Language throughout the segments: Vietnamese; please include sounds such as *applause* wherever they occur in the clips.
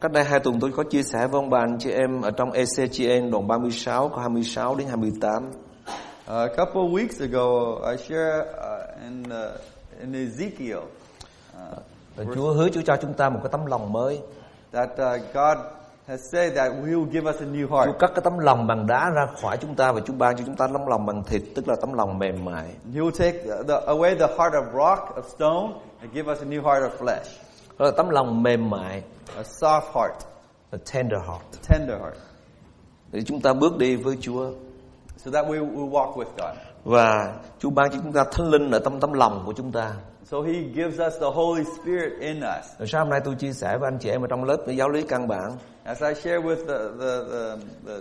Cách đây hai tuần tôi có chia sẻ với ông bà anh chị em ở trong E ECGN đoạn 36 câu 26 đến 28. Uh, A couple of weeks ago, I shared uh, in, uh, in Ezekiel uh, Và Chúa hứa Chúa cho chúng ta một cái tấm lòng mới. that uh, God has said that He will give us a new Chúa heart. cắt cái tấm lòng bằng đá ra khỏi chúng ta và Chúa ban cho chúng ta tấm lòng bằng thịt tức là tấm lòng mềm mại. He will take the, away the heart of rock, of stone, and give us a new heart of flesh, Đó là tấm lòng mềm mại, a soft heart, a tender heart. a tender heart, Để chúng ta bước đi với Chúa so that we will walk with God. và Chúa ban cho chúng ta thánh linh ở trong tấm lòng của chúng ta. So He gives us the Holy Spirit in us. Rồi sáng hôm nay tôi chia sẻ với anh chị em ở trong lớp cái giáo lý căn bản. As I share with the, the, the, the,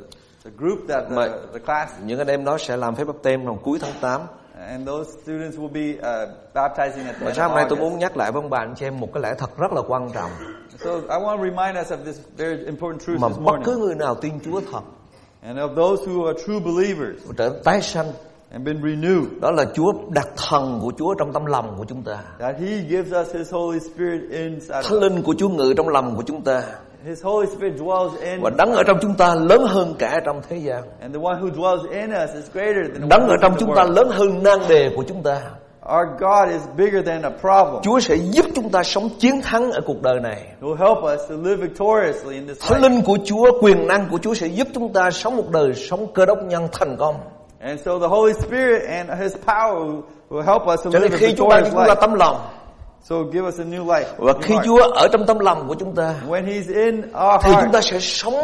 the group that the, Mà- the class, Những anh em đó sẽ làm phép báp têm vào cuối tháng 8. and those students will be uh, baptizing at the Và end sáng of hôm nay tôi August. muốn nhắc lại với ông bà anh chị em một cái lẽ thật rất là quan trọng So I want to remind us of this very important truth mà this bất cứ morning. người nào tin Chúa thật And of those who are true believers và trở tái sanh and been renewed, đó là Chúa đặt thần của Chúa trong tâm lòng của chúng ta. that He gives us His Holy Spirit inside. of Thánh us. linh của Chúa ngự trong lòng của chúng ta His Holy Spirit dwells in và đấng ở trong chúng ta lớn hơn cả trong thế gian. and the one who dwells in us is greater than the Đấng one ở who's trong in the chúng ta world. lớn hơn nan đề của chúng ta. Our God is bigger than a problem. Chúa sẽ giúp chúng ta sống chiến thắng ở cuộc đời này. He will help us to live victoriously in this Thánh life. linh của Chúa, quyền năng của Chúa sẽ giúp chúng ta sống một đời sống cơ đốc nhân thành công. And so the Holy Spirit and His power will- will help us to Cho nên live a khi Chúa ban cho victorious chúng ta life. tấm lòng So give us a new life. và new khi heart. Chúa ở trong tấm lòng của chúng ta When He's in our thì chúng ta heart, sẽ sống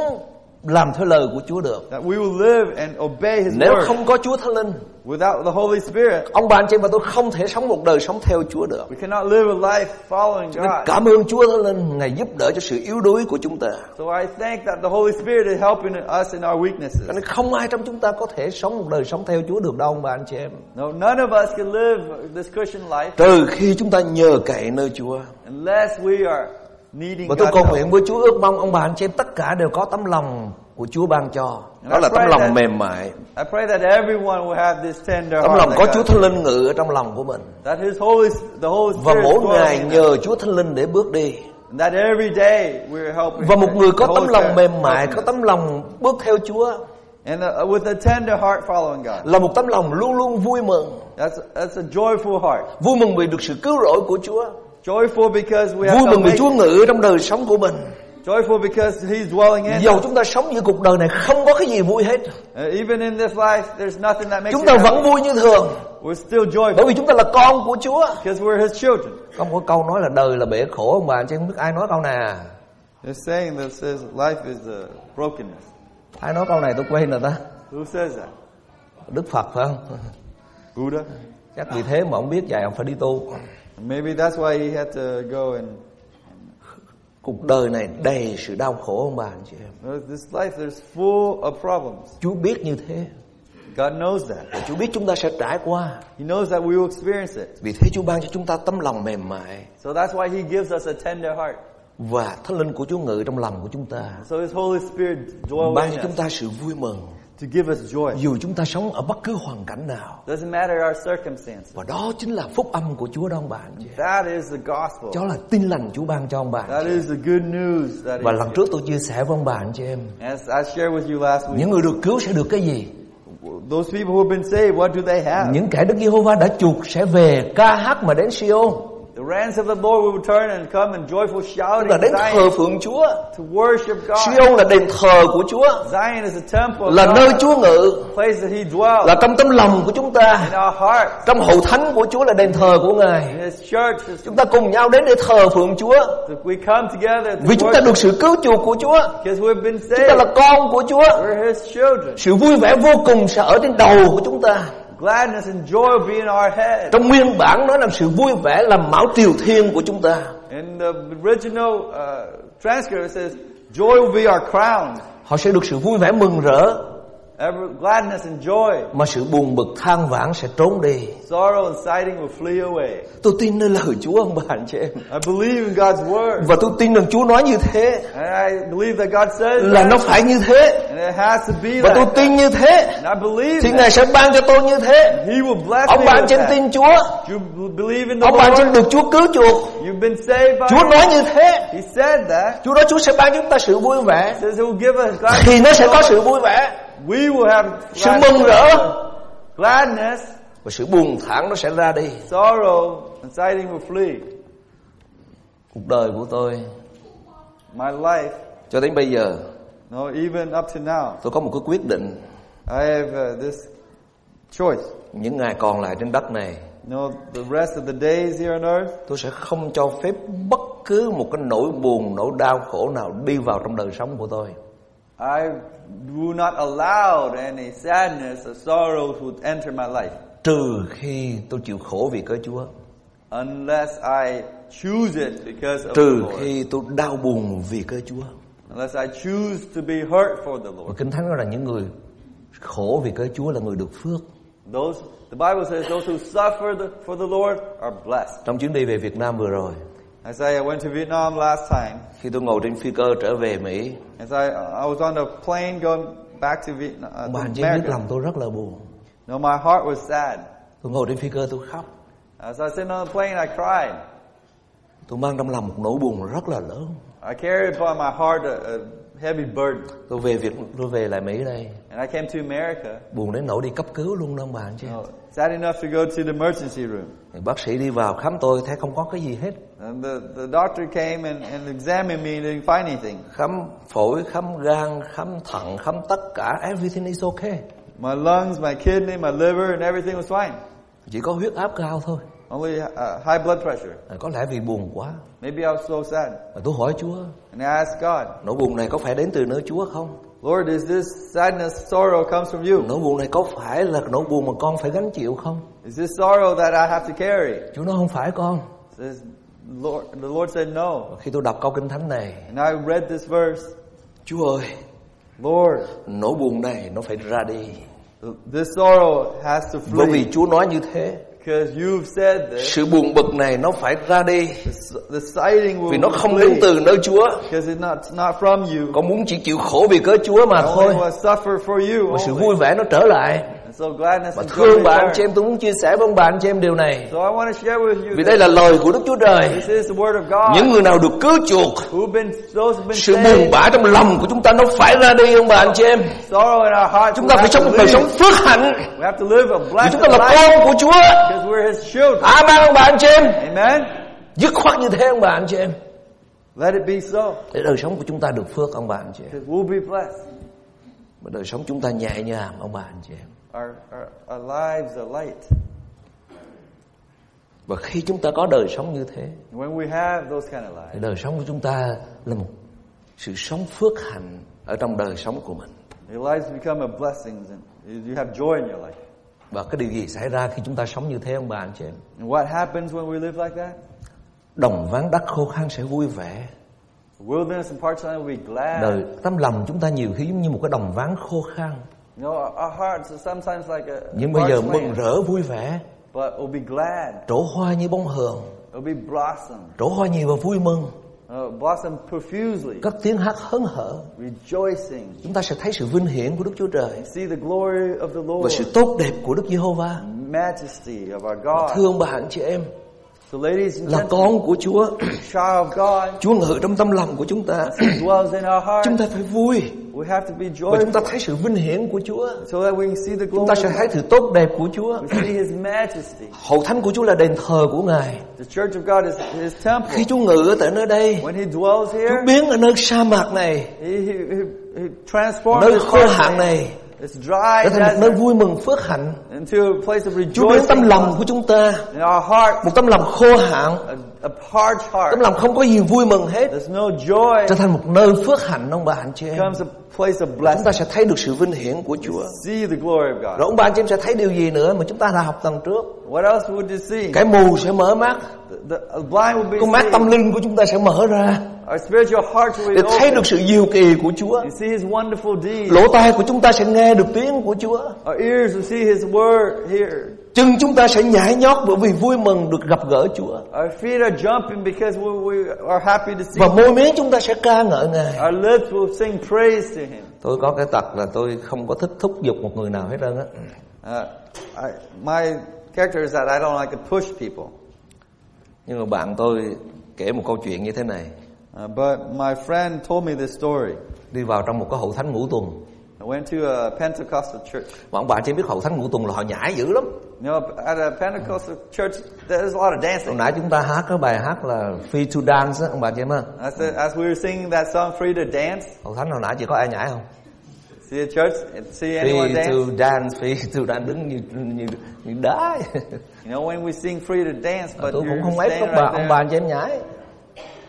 làm theo lời của Chúa được. that we will live and obey His Nếu word. không có Chúa Thánh Linh, Without the Holy Spirit, ông bà anh chị em và tôi không thể sống một đời sống theo Chúa được. we cannot live a life following Nên God. cảm ơn Chúa Thánh Linh Ngài giúp đỡ cho sự yếu đuối của chúng ta. So I thank that the Holy Spirit is helping us in our weaknesses. Cho nên không ai trong chúng ta có thể sống một đời sống theo Chúa được đâu ông bà anh chị em. No, none of us can live this Christian life Trừ khi chúng ta nhờ cậy nơi Chúa. unless we are needing Và tôi God's cầu help. nguyện với Chúa ước mong ông bà anh chị em tất cả đều có tấm lòng của Chúa ban cho. And Đó I là tấm pray lòng that- mềm mại, I pray that everyone will have this tender tấm heart lòng like có Chúa that. Thánh Linh ngự ở trong lòng của mình. that His Holy, the Holy Và Spirit mỗi is ngày dwelling in us. nhờ Chúa Thánh Linh để bước đi. And that every day we're helping. Và một người có the tấm Holy lòng Spirit mềm mại, helping có us. tấm lòng bước theo Chúa and uh, with a tender heart following God. là một tấm lòng luôn luôn vui mừng. That's that's a joyful heart. Vui mừng vì được sự cứu rỗi của Chúa. Joyful because we have Vui mừng vì salvation. Chúa ngự trong đời sống của mình. Joyful because He's dwelling in Dầu chúng ta sống giữa cuộc đời này không có cái gì vui hết. Uh, even in this life, there's nothing that makes Chúng you ta happy. vẫn vui như thường. We're still joyful Bởi vì chúng ta là con của Chúa. because we're His children. Có một cái câu nói là đời là bể khổ ông bà chứ không biết ai nói câu này à. They're saying that says life is uh, brokenness. Ai nói câu này tôi quên rồi ta. Who says that? Đức Phật phải không? *laughs* Buddha. Chắc vì thế mà ông biết vậy ông phải đi tu. Maybe that's why he had to go and. Cuộc đời này đầy sự đau khổ ông bà anh chị em. Uh, This life, there's full of problems. Chúa biết như thế. God knows that. Chúa biết chúng ta sẽ trải qua. He knows that we will experience it. Vì thế Chúa ban cho chúng ta tấm lòng mềm mại So that's why He gives us a tender heart. và thánh linh của Chúa ngự trong lòng của chúng ta. So His Holy Spirit dwells Ban in cho chúng us ta sự vui mừng to give us joy. dù chúng ta sống ở bất cứ hoàn cảnh nào. Doesn't matter our circumstances. Và đó chính là phúc âm của Chúa đó ông bà anh chị. em. That is the gospel. Đó là tin lành Chúa ban cho ông bà. anh That is the good news. That Và is, lần trước tôi chia sẻ với ông bà anh chị em as I shared with you last week. Những người được cứu sẽ được cái gì? Those people who have been saved, what do they have? Những kẻ Đức Giê-hô-va đã chuộc sẽ về ca hát mà đến Siôn The ranks of the Lord will return and come in joyful shouting Là đến Zion thờ phượng Chúa to worship God. Siôn là đền thờ của Chúa Zion is a temple, of Là God, nơi Chúa ngự a place that He dwells Là trong tấm lòng của chúng ta in our hearts. Trong hậu thánh của Chúa là đền thờ của Ngài In His church, is- Chúng ta cùng nhau đến để thờ phượng Chúa that we come together to Vì chúng ta worship được sự cứu chuộc của Chúa because we've been Chúng ta saved. là con của Chúa We're His children. Sự vui vẻ vô cùng sẽ ở trên đầu của chúng ta Gladness and joy will be in our head. Trong nguyên bản nó là sự vui vẻ làm mão triều thiên của chúng ta In the original uh, transcript, it says, "Joy will be our crown." Họ sẽ được sự vui vẻ mừng rỡ Ever gladness and joy, Mà sự buồn bực than vãn sẽ trốn đi sorrow and sighing will flee away. Tôi tin nơi lời Chúa ông bà anh chị em I believe in God's word, Và tôi tin rằng Chúa nói như thế and I believe that God says Là that, nó phải như thế and it has to be Và tôi that. tin như thế And I believe Thì that. Ngài sẽ ban cho tôi như thế He will bless Ông me bà anh with chị em that. tin Chúa You b- believe in the Ông bà anh chị Lord. em được Chúa cứu chuộc You've been saved by Chúa Him. nói như thế He said that. Chúa nói Chúa sẽ ban cho chúng ta sự vui vẻ He says He will give us gladness. Thì nó sẽ có sự vui vẻ We will have Sự mừng rỡ Gladness, Và sự buồn thản nó sẽ ra đi sorrow, and sighing will flee. Cuộc đời của tôi My life, Cho đến bây giờ no, even up to now, tôi có một cái quyết định I have uh, this choice. Những ngày còn lại trên đất này You know, the rest of the days here on earth, Tôi sẽ không cho phép bất cứ một cái nỗi buồn, nỗi đau khổ nào đi vào trong đời sống của tôi. I do not allow any sadness or sorrow to enter my life Trừ khi tôi chịu khổ vì cớ Chúa. unless I choose it because of the Trừ Lord. khi tôi đau buồn vì cớ Chúa. Unless I choose to be hurt for the Và Lord. Kinh Thánh nói là những người khổ vì cớ Chúa là người được phước. Those, the Bible says, those who suffer the, for the Lord are blessed. Trong chuyến đi về Việt Nam vừa rồi, As I went to Vietnam last time, khi tôi ngồi trên phi cơ trở về Mỹ, As I, I was on a plane going back to Vietnam, uh, ông bà to anh chị biết America. lòng tôi rất là buồn. No, my heart was sad. Tôi ngồi trên phi cơ tôi khóc. As I was sitting on the plane, I cried. Tôi mang trong lòng một nỗi buồn rất là lớn. I carried upon my heart a, a heavy burden. Tôi về Việt, tôi về lại Mỹ đây, And I came to America, buồn đến nỗi đi cấp cứu luôn đó ông bà anh chị. you know, sad enough to go to the emergency room. Thì bác sĩ đi vào khám tôi thấy không có cái gì hết And the, the doctor came and, and examined me and didn't find anything. khám phổi khám gan khám thận khám tất cả everything is okay My lungs, my kidney, my liver, and everything was fine. chỉ có huyết áp cao thôi Only uh, high blood pressure. à, có lẽ vì buồn quá Maybe I was so sad. và tôi hỏi Chúa And I asked God, nỗi buồn này có phải đến từ nơi Chúa không Lord, is this sadness, sorrow comes from you? nỗi buồn này có phải là nỗi buồn mà con phải gánh chịu không Is this sorrow that I have to carry? Chúa nói không phải con Says, Lord, the Lord said no. khi tôi đọc câu kinh thánh này And I read this verse. Chúa ơi Lord, nỗi buồn này nó phải ra đi this sorrow has to bởi flee vì Chúa nói như thế because you've said this. sự buồn bực này nó phải ra đi The, the sighting will vì nó không đến flee từ nơi Chúa because it's not, it's not from you. con muốn chỉ chịu khổ vì cớ Chúa mà I thôi only will suffer for you. Mà sự Only. vui vẻ nó trở lại And so gladness Mà and joy thương bà anh chị return. em tôi muốn chia sẻ với ông bà anh chị em điều này So I want to share with you Vì this. đây là lời của Đức Chúa Trời This is the word of God. Những người nào được cứu chuộc Who've been, those who've been Sự buồn saved, bã trong lòng của chúng ta nó phải ra đi ông bà anh chị em sorrow in our hearts. Chúng we ta phải have to sống một đời leave. sống phước hạnh We have to live a Vì blessed chúng ta là life con của Chúa because we're His children. Amen ông bà anh chị em Amen. Dứt khoát như thế ông bà anh chị em Let it be so. Để đời sống của chúng ta được phước ông bà anh chị em Because we'll be blessed. Mà đời sống chúng ta nhẹ nhàng ông bà anh chị em Our, our, our lives are light. Và khi chúng ta có đời sống như thế When we have those kind of lives, Thì đời sống của chúng ta là một sự sống phước hạnh Ở trong đời sống của mình your lives become a blessing and you have joy in your life. Và cái điều gì xảy ra khi chúng ta sống như thế ông bà anh chị em? And what happens when we live like that? Đồng ván đất khô khan sẽ vui vẻ. The wilderness and parched land will be glad. Đời tấm lòng chúng ta nhiều khi giống như một cái đồng ván khô khan, You know, our, our hearts are sometimes like a, a nhưng bây giờ parched mừng land, rỡ vui vẻ, but it'll be glad. trổ hoa như bông hường, It'll be blossom. trổ hoa nhiều và vui mừng, Uh, blossom profusely, các tiếng hát hớn hở. rejoicing. Chúng ta sẽ thấy sự vinh hiển của Đức Chúa Trời See the glory of the và Lord, sự tốt đẹp của Đức Giê-hô-va. majesty of our God. Thưa ông bà anh chị em, So ladies and là gentlemen, con của Chúa, *clears throat* child of God, Chúa ngự trong tâm lòng của chúng ta. He dwells in our hearts. Chúng ta phải vui We have to be và chúng joyful ta thấy sự vinh hiển của Chúa. so that we can see the Chúng glory. ta sẽ thấy sự tốt đẹp của Chúa. We see His majesty. Hậu thánh của Chúa là đền thờ của Ngài. The church of God is His Khi temple. Chúa ngự ở tại nơi đây, When He dwells Chúa here, biến ở nơi sa mạc này, He, he, he, he transforms nơi this khô hạn place. này, It's dry trở thành một nơi desert vui mừng phước hạnh. into a place of Chúa biến tâm rejoicing. lòng của chúng ta, In our heart, một tâm lòng khô hạn, a, a parched tấm heart. lòng không có gì vui mừng hết, There's no joy. trở thành một nơi phước hạnh ông bà anh chị em. Becomes a place of Chúng blessing. ta sẽ thấy được sự vinh hiển của Chúa. See the glory of God. Rồi ông bà anh chị em sẽ thấy điều gì nữa mà chúng ta đã học tuần trước? What else would you see? Cái mù sẽ mở mắt, The, the blind will be con mắt tâm seen. linh của chúng ta sẽ mở ra. Our spiritual heart will be để thấy được open sự diệu kỳ của Chúa. and see His wonderful deeds. Lỗ tai của chúng ta sẽ nghe được tiếng của Chúa. Our ears will see His word here. Chân chúng ta sẽ nhảy nhót bởi vì vui mừng được gặp gỡ Chúa. Our feet are jumping because we, we are happy to Và see Him. môi miệng chúng ta sẽ ca ngợi Ngài. Our lips will sing praise to Him. Tôi có cái tật là tôi không có thích thúc giục một người nào hết trơn á. Uh, I, my character is that I don't like to push people. Nhưng mà bạn tôi kể một câu chuyện như thế này. Uh, but my friend told me this story. Đi vào trong một cái hậu thánh ngũ tuần. I went to a Pentecostal church. Mà ông bà chỉ biết hậu thánh ngũ tuần là họ nhảy dữ lắm. You know, at a Pentecostal church, there's a lot Hồi of dancing. nãy chúng ta hát cái bài hát là Free to Dance á, ông bà chị em ha. I said, as we were singing that song, Free to Dance, Hậu thánh hồi nãy chỉ có ai nhảy không? see a church, see anyone Free dance? to dance, free to dance đứng như như, như đá. You know, when we sing Free to Dance, Mà but tôi cũng you're không ép standing các bà right ông there. bà anh chị em nhảy.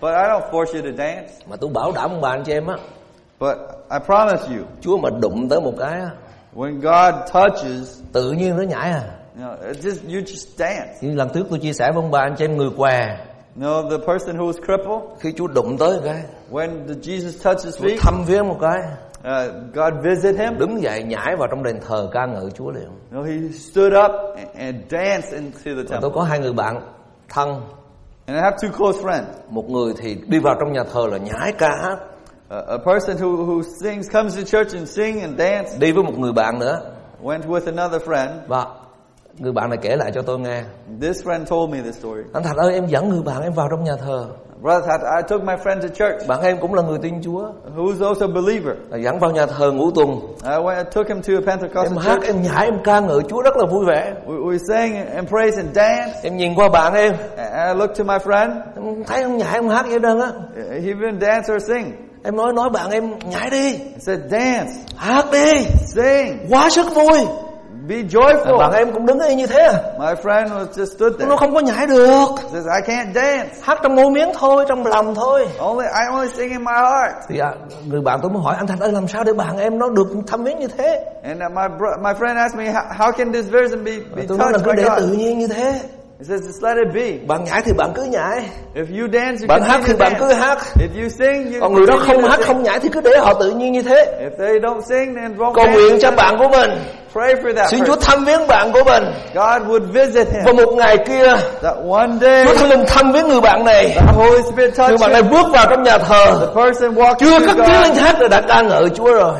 But I don't force you to dance. Mà tôi bảo đảm ông bà anh chị em á, But I promise you, Chúa mà đụng tới một cái á, when God touches, tự nhiên nó nhảy à. you know, it just you just dance. Như lần trước tôi chia sẻ với ông bà anh chị em người què, You know, the person who was crippled, khi Chúa đụng tới một cái, when the Jesus touched his Chúa feet, thăm viếng một cái, uh, God visited him. đứng dậy nhảy vào trong đền thờ ca ngợi Chúa liền. You know, he stood up and, and danced into the Và tôi temple. có hai người bạn thân, And I have two close friends. một người thì đi vào trong nhà thờ là nhảy ca hát, A a person who, who sings comes to church and sing and dance đi với một người bạn nữa went with another friend. và người bạn này kể lại cho tôi nghe This friend told me the story. anh Thạch ơi em dẫn người bạn em vào trong nhà thờ Brother Thad, I took my friend to church, bạn em cũng là người tin Chúa who's also a believer. Là dẫn vào nhà thờ ngũ tuần I went, I took him to a em Pentecostal hát church. em nhảy em ca ngợi Chúa rất là vui vẻ We, we sang and praise and dance. em nhìn qua bạn em And I looked to my friend. em thấy ông nhảy em hát vậy đơn á He didn't dance or sing. em nói nói bạn em nhảy đi I said, dance, hát đi sing, quá sức vui be Rồi bạn joyful. em cũng đứng y như thế à My friend was just stood there. nó không có nhảy được Says, I can't dance. hát trong môi miếng thôi trong lòng thôi Only I only sing in my heart. thì à, người bạn tôi mới hỏi anh Thạch ơi làm sao để bạn em nó được thăm viếng như thế And uh, my bro- my friend asked me, how, how can this version be, be tôi nói là touched cứ by để tự God? nhiên như thế He says, just let it be. bạn nhảy thì bạn cứ nhảy If you dance, you bạn hát thì continue to bạn cứ dance. hát If you sing, you còn người đó continue không to hát sing. không nhảy thì cứ để họ tự nhiên như thế If they don't sing, then don't cầu nguyện dance. cho bạn của mình Pray for that xin Chúa person. thăm viếng bạn của mình God would visit him. và một ngày kia That one day, Chúa Thánh Linh thăm viếng người bạn này the Holy Spirit người touched bạn này him. bước vào trong nhà thờ The person walked chưa to cất tiếng linh God hát rồi đã ca ngợi Chúa rồi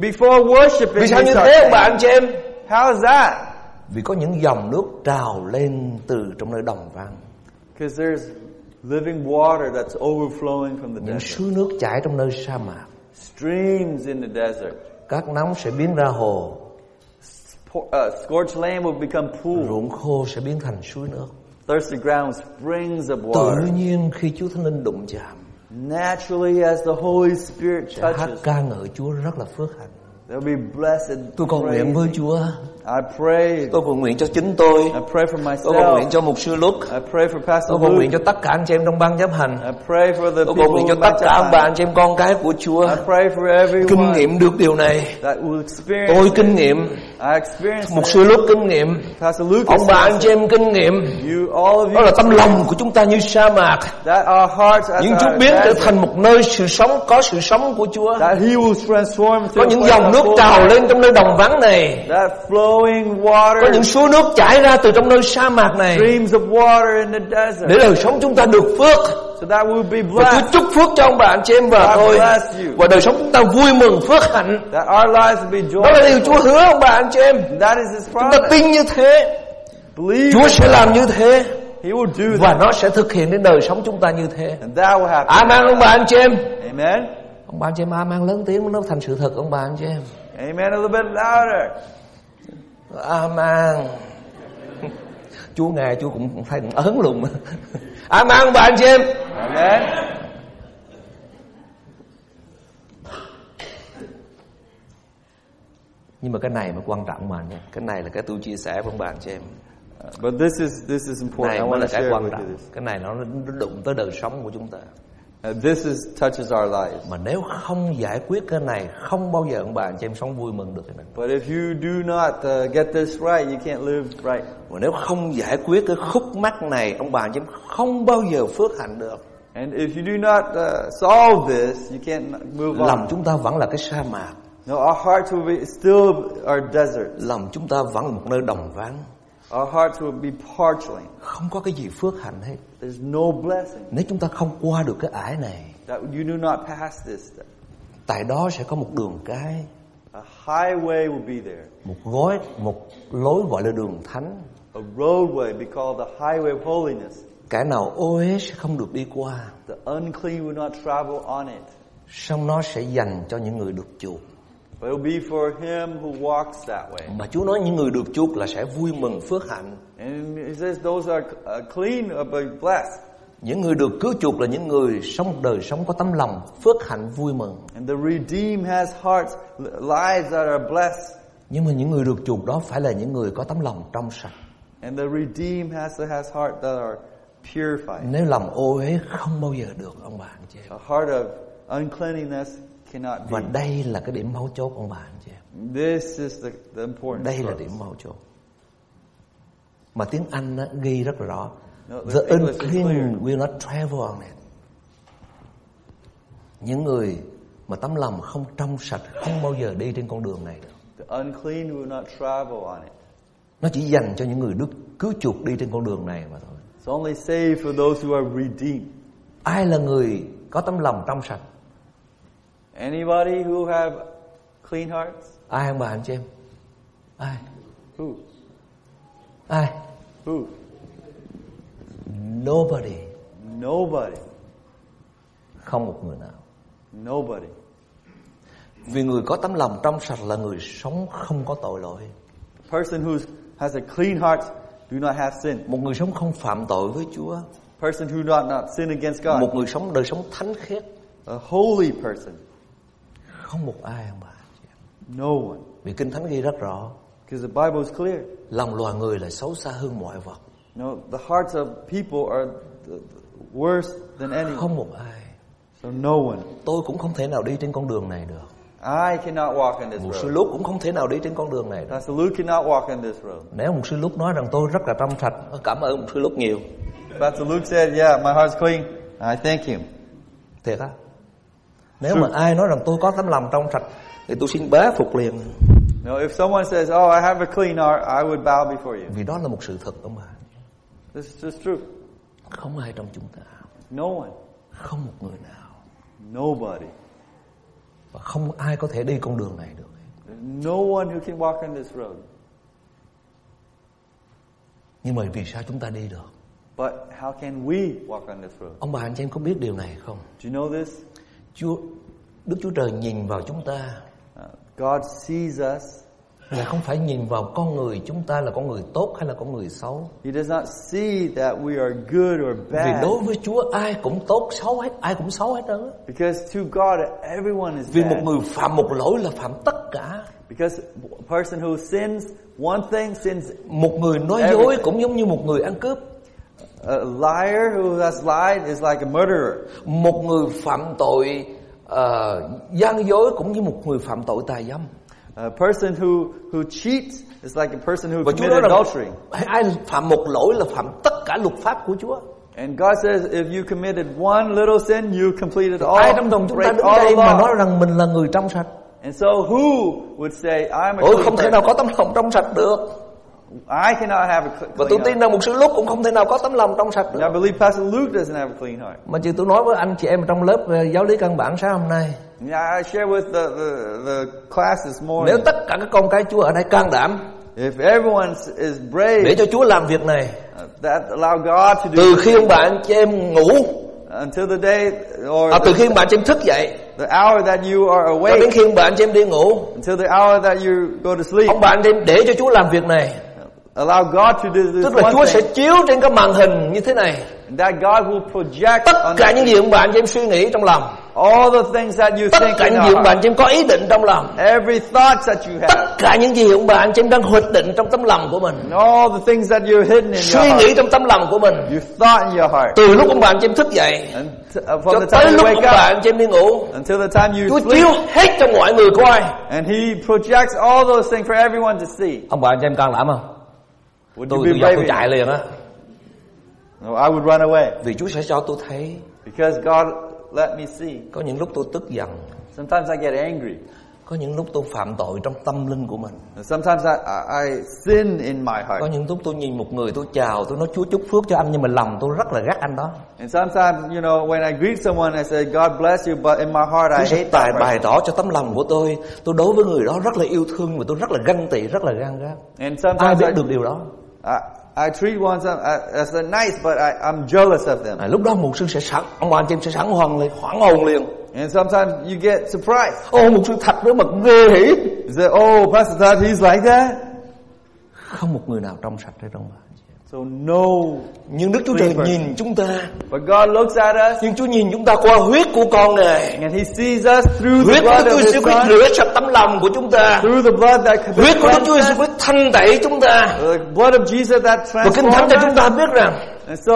before worshiping. vì sao he như started thế ông bà dancing. anh chị em How is that? vì có những dòng nước trào lên từ trong nơi đồng vang Because there's living water that's overflowing from the những desert. suối nước chảy trong nơi sa mạc Streams in the desert. các nóng sẽ biến ra hồ Po- uh, scorched land will become pool. ruộng khô sẽ biến thành suối nước Thirsty ground springs of tự water. nhiên khi Chúa Thánh Linh đụng chạm Naturally, as the Holy Spirit Dạ, hát touches, ca ngợi Chúa rất là phước hạnh they'll be blessed. tôi cầu nguyện praise. với Chúa I pray. tôi cầu nguyện cho chính tôi I pray for tôi cầu nguyện myself. cho mục sư Lúc I pray for Pastor Dạ. tôi cầu nguyện Luke. cho tất cả anh chị em trong ban giám hành Dạ. I pray for the tôi cầu people nguyện cho who tất back cả ông bà down. anh chị em con cái của Chúa I pray for kinh everyone nghiệm được điều này that will experience. tôi kinh nghiệm I experience mục sư Lúc kinh nghiệm it. Pastor Luke. ông bà anh experienced chị em kinh nghiệm it. You, all of đó là you, tâm lòng của chúng ta như sa mạc that our hearts as nhưng our Chúa biến trở desert, thành một nơi sự sống có sự sống của Chúa that He will transform to có a những place dòng of nước full trào life. lên trong nơi đồng vắng này That flowing có water những suối nước chảy ra từ trong nơi sa mạc này streams of water in the để desert. đời sống chúng ta được phước So that will be và Chúa blessed. chúc phước cho ông bà anh chị em và God tôi bless you. và đời sống chúng ta vui mừng phước hạnh That our lives will đó be là joyful. điều Chúa hứa ông bà anh chị em And That is His chúng ta promise. tin như thế Believe Chúa sẽ làm như thế He will do và that. nó sẽ thực hiện đến đời sống chúng ta như thế And that will happen. amen ông bà anh chị em Amen. ông bà anh chị em amen lớn tiếng nó thành sự thật ông bà anh chị em Amen. A little bit louder. amen *laughs* Chúa nghe Chúa cũng thấy cũng ớn luôn *laughs* amen ông bà anh chị em Amen. nhưng mà cái này mới quan trọng mà nha cái này là cái tôi chia sẻ với ông bà anh chị em But this is this is important. này I mới want là to cái share quan with you trọng this. cái này nó, nó đụng tới đời sống của chúng ta Uh, this is touches our lives. mà nếu không giải quyết cái này không bao giờ ông bà anh chị em sống vui mừng được cái này But if you do not uh, get this right, you can't live right. mà nếu không giải quyết cái khúc mắc này ông bà anh chị em không bao giờ phước hạnh được And if you do not uh, solve this, you can't move lòng on. chúng ta vẫn là cái sa mạc No, our hearts will be still are desert. lòng chúng ta vẫn là một nơi đồng vắng Our hearts will be parching. không có cái gì phước hạnh hết There's no blessing. nếu chúng ta không qua được cái ải này That you do not pass this step. tại đó sẽ có một đường cái A highway will be there. một gói một lối gọi là đường thánh A roadway be called the highway of holiness. cái nào ô uế sẽ không được đi qua The unclean will not travel on it. song nó sẽ dành cho những người được chuộc But it will be for him who walks that way. mà Chúa nói những người được chuộc là sẽ vui mừng phước hạnh And he says those are uh, clean uh, but blessed. những người được cứu chuộc là những người sống một đời sống có tấm lòng phước hạnh vui mừng And the redeemed has hearts, li- lives that are blessed. nhưng mà những người được chuộc đó phải là những người có tấm lòng trong sạch And the redeemed has to has heart that are purified. nếu lòng ô uế không bao giờ được ông bà anh chị em A heart of uncleanliness cannot và be. đây là cái điểm mấu chốt ông bà anh chị em This is the, the important đây là part. điểm mấu chốt mà tiếng Anh á, ghi rất rõ No, the the English is clear. unclean will not travel on it những người mà tấm lòng không trong sạch không bao giờ đi trên con đường này được The unclean will not travel on it. nó chỉ dành cho những người đức cứu chuộc đi trên con đường này mà thôi It's only saved for those who are redeemed. ai là người có tấm lòng trong sạch Anybody who have clean hearts? ai ông bà anh chị em ai Who? ai Who? nobody Nobody. không một người nào Nobody. vì người có tấm lòng trong sạch là người sống không có tội lỗi Person who has a clean heart do not have sin. một người sống không phạm tội với Chúa Person who not not sin against God. một người sống đời sống thánh khiết A holy person. không một ai ông bà No one. vì kinh thánh ghi rất rõ Because the Bible is clear. lòng loài người là xấu xa hơn mọi vật No, the hearts of people are th- th- worse than anyone. không một ai So no one. tôi cũng không thể nào đi trên con đường này được I cannot walk on this mục sư road. lúc cũng không thể nào đi trên con đường này được Pastor Luke cannot walk on this road. nếu mục sư lúc nói rằng tôi rất là trong sạch cảm ơn mục sư lúc nhiều Pastor Luke said, yeah, my heart's clean. I thank him. thiệt á nếu mà ai nói rằng tôi có tấm lòng trong sạch thì tôi xin bá phục liền No, if someone says, oh, I have a clean heart, I would bow before you. vì đó là một sự thật ông bà This is just true. không ai trong chúng ta No one. không một người nào Nobody. và không ai có thể đi con đường này được There's no one who can walk on this road. nhưng mà vì sao chúng ta đi được But how can we walk on this road? Ông bà anh chị em có biết điều này không? Do you know this? Chúa Đức Chúa Trời nhìn vào chúng ta Uh, God sees us. là không phải nhìn vào con người chúng ta là con người tốt hay là con người xấu. He does not see that we are good or Vì bad. đối với Chúa ai cũng tốt xấu hết, ai cũng xấu hết đó. Because to God, everyone is Vì một bad. người phạm một lỗi là phạm tất cả. Because a person who sins one thing, sins Một người nói dối cũng giống như một người ăn cướp. a liar who has lied is like a murderer. Một người phạm tội ờ, gian dối cũng như một người phạm tội tà dâm. A person who, who cheats is like a person who Và Chúa nói committed adultery. rằng ai phạm một lỗi là phạm tất cả luật pháp của Chúa. And God says, if you committed one little sin, you completed all, Ai trong đồng chúng ta break đứng all đây the mà nói law. rằng mình là người trong sạch And so who would say, I'm a Ôi clean không thể person? nào có tấm lòng trong sạch được I cannot have a cl- Và clean tôi heart. tin rằng một sư lúc cũng không thể nào có tấm lòng trong sạch And I được believe Pastor Luke doesn't have a clean heart. Mà chị tôi nói với anh chị em trong lớp về giáo lý căn bản sáng hôm nay And I I share with the, the, the class this Nếu morning. tất cả các con cái Chúa ở đây can đảm If everyone s- is Để brave, cho Chúa làm việc này uh, that allow God to Từ do khi ông bà anh chị em ngủ until the day or à, Từ khi ông bà anh chị em thức dậy the hour that you are Cho đến awake, khi ông bà anh chị em đi ngủ until the hour that you go to sleep. Ông bà anh chị em để cho Chúa làm việc này Allow God to do this Tức là one Chúa sẽ thing, chiếu trên cái màn hình như thế này and that God will project Tất on cả những gì ông bà anh chị em suy nghĩ trong lòng all the things that you Tất think cả in những your gì ông bà anh heart, chị em có ý định trong lòng every thought that you have, tất cả những gì ông bà anh chị em đang hoạch định trong tấm lòng của mình and all the things that you're hidden in your suy nghĩ heart, trong tấm lòng của mình you thought in your heart, từ lúc ông bà anh chị em thức dậy and t- uh, cho from the tới time you lúc ông wake bà up anh chị em đi ngủ until the time you Chúa sleep, chiếu hết cho mọi người coi and He projects all those things for everyone to see. ông bà anh chị em can đảm không Would tôi you tôi be dọc tôi brave? chạy liền á No, I would run away Vì Chúa sẽ cho tôi thấy because God let me see. Có những lúc tôi tức giận Sometimes I get angry. Có những lúc tôi phạm tội trong tâm linh của mình And Sometimes I, I, I sin in my Có heart. những lúc tôi nhìn một người tôi chào Tôi nói Chúa chúc phước cho anh Nhưng mà lòng tôi rất là ghét anh đó And sometimes, you know, when I greet someone, I say, God bless you, but in my heart Chúa I sẽ hate tài that bày person. tỏ cho tấm lòng của tôi Tôi đối với người đó rất là yêu thương Và tôi rất là ganh tị, rất là gan gác And Ai sometimes biết I, được điều đó I, I treat one some, I- as a nice, but I, I'm jealous of them. à, Lúc đó mục sư sẽ sẵn Ông bà anh chị em sẽ sẵn hoàng liền Hoảng hồn liền And sometimes you get surprised. Ô mục sư thật với mật ghê hỉ You say, oh, Pastor Todd, he's like that? Không một người nào trong sạch ở trong bà So no. Nhưng Đức Chúa Trời nhìn chúng ta But God looks at us, Nhưng Chúa nhìn chúng ta qua huyết của con này and he sees us through the Huyết của blood Chúa of his Giêsu Christ son, rửa sạch tấm lòng của chúng ta through the blood that could Huyết của Đức Chúa Giêsu Christ thanh tẩy chúng ta the blood of Jesus that Và Kinh Thánh transforms cho chúng us. ta biết rằng And so,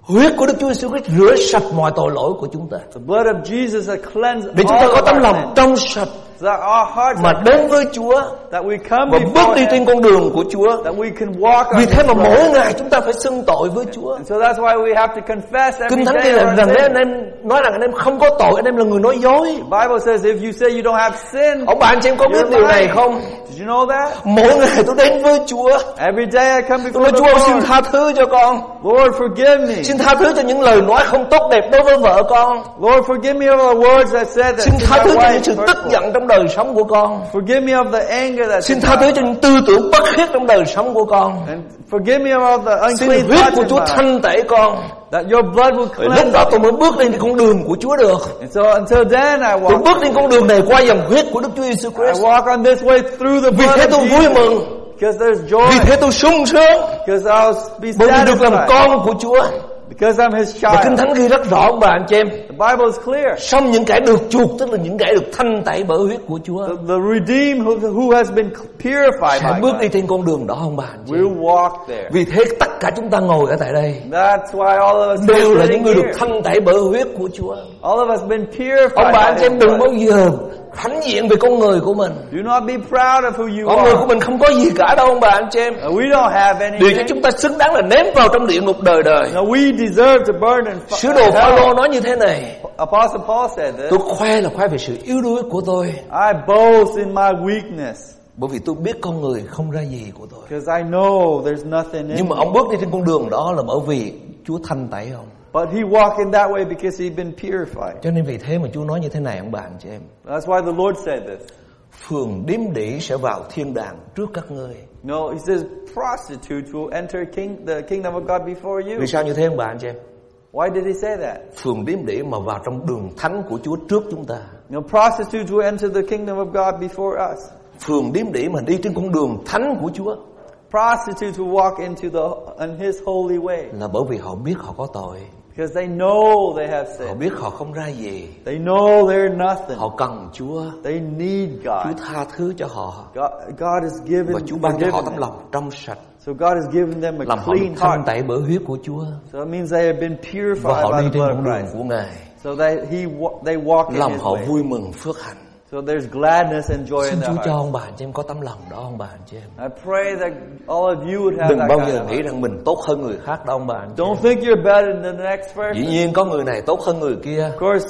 Huyết của Đức Chúa Giêsu Christ rửa sạch mọi tội lỗi của chúng ta the blood of Jesus that cleanses Để chúng ta all có of tấm our lòng sins. trong sạch So that our hearts Mà đến với Chúa that we come Và bước before đi him, trên con đường của Chúa that we can walk Vì on thế his mà road. mỗi ngày chúng ta phải xưng tội với Chúa And so that's why we have to confess every Kinh Thánh day đây là our rằng nếu anh sin. em nói rằng anh em không có tội Anh em là người nói dối The Bible says if you say you don't have sin, Ông bà anh chị em có biết you're điều này lying. không? Did you know that? Mỗi ngày tôi đến với Chúa Every day I come Tôi before nói the Chúa ơi, xin Lord. tha thứ cho con Lord, forgive me. Xin tha thứ cho những lời nói không tốt đẹp đối với vợ con Lord, forgive me of the words I said that Xin to tha my thứ cho những wife sự tức hurtful. giận trong đời sống của con Forgive me of the anger that Xin tha thứ cho những tư tưởng bất khiết trong đời sống của con and forgive me of all the Xin unclean huyết thoughts của in Chúa my heart. thanh tẩy con that your blood will Rồi Lúc cleanse. đó tôi mới bước lên con đường của Chúa được And so until then I Tôi walk bước lên con đường này qua dòng huyết của Đức Chúa Giêsu I Christ walk on this way through the Vì thế blood of tôi vui Jesus mừng because there's joy Vì thế tôi sung sướng because I'll be Bởi vì được làm satisfied con của Chúa because I'm his Và Kinh child. Thánh ghi rất rõ ông bà anh chị em The Bible is clear. Xong những kẻ được chuộc Tức là những kẻ được thanh tẩy bởi huyết của Chúa The, the redeemed who, who has been purified Sẽ by bước đi God trên con đường đó ông bà anh chị em? will walk there. Vì thế tất cả chúng ta ngồi ở tại đây That's why all of us Đều là những sitting người được here. thanh tẩy bởi huyết của Chúa All of us been Ông purified bà anh by chị His em đừng blood. bao giờ hãnh diện về con người của mình Do not be proud of who you Con người của are. mình không có gì cả đâu ông bà anh chị em Uh, We don't have Điều cho anything. chúng ta xứng đáng là ném vào trong địa ngục đời đời No, we deserve to burn in fi- Sứ đồ hell. Phaolô nói như thế này Apostle Paul said this. Tôi khoe là khoe về sự yếu đuối của tôi I boast in my weakness Bởi vì tôi biết con người không ra gì của tôi because I know there's nothing in Nhưng me. mà ông bước đi trên con đường đó là bởi vì Chúa thanh tẩy ông But he walked in that way because he'd been purified. Cho nên vì thế mà Chúa nói như thế này ông bà anh chị em That's why the Lord said this. Phường điếm đỉ sẽ vào thiên đàng trước các ngươi No, he says prostitutes will enter king, the kingdom of God before you. Vì sao như thế ông bà anh chị em Why did he say that? Phường điếm đỉ mà vào trong đường thánh của Chúa trước chúng ta No, prostitutes will enter the kingdom of God before us. Phường điếm đỉ mà đi trên con đường thánh của Chúa Prostitutes will walk into the in His holy way Là bởi vì họ biết họ có tội because they know they have Họ sin. biết họ không ra gì They know they're nothing. Họ cần Chúa They need Chúa God. tha thứ cho họ God, God has Và given Chúa ban cho họ tấm forgiven them. lòng trong sạch So God has given them a Làm họ được clean thanh heart. tẩy bởi huyết của Chúa So that means they have been Và purified họ by đi the trên blood of con đường Christ. của Ngài So that he wa- they walk in Lòng His họ way. vui mừng phước hạnh So there's gladness and joy Xin in their Chúa cho heart. ông bà anh chị em có tấm lòng đó ông bà anh chị em I pray that all of you would have Đừng that bao kind giờ of nghĩ heart. rằng mình tốt hơn người khác đâu ông bà anh chị em Don't think you're better than the next person. Dĩ nhiên có người này tốt hơn người kia Of course,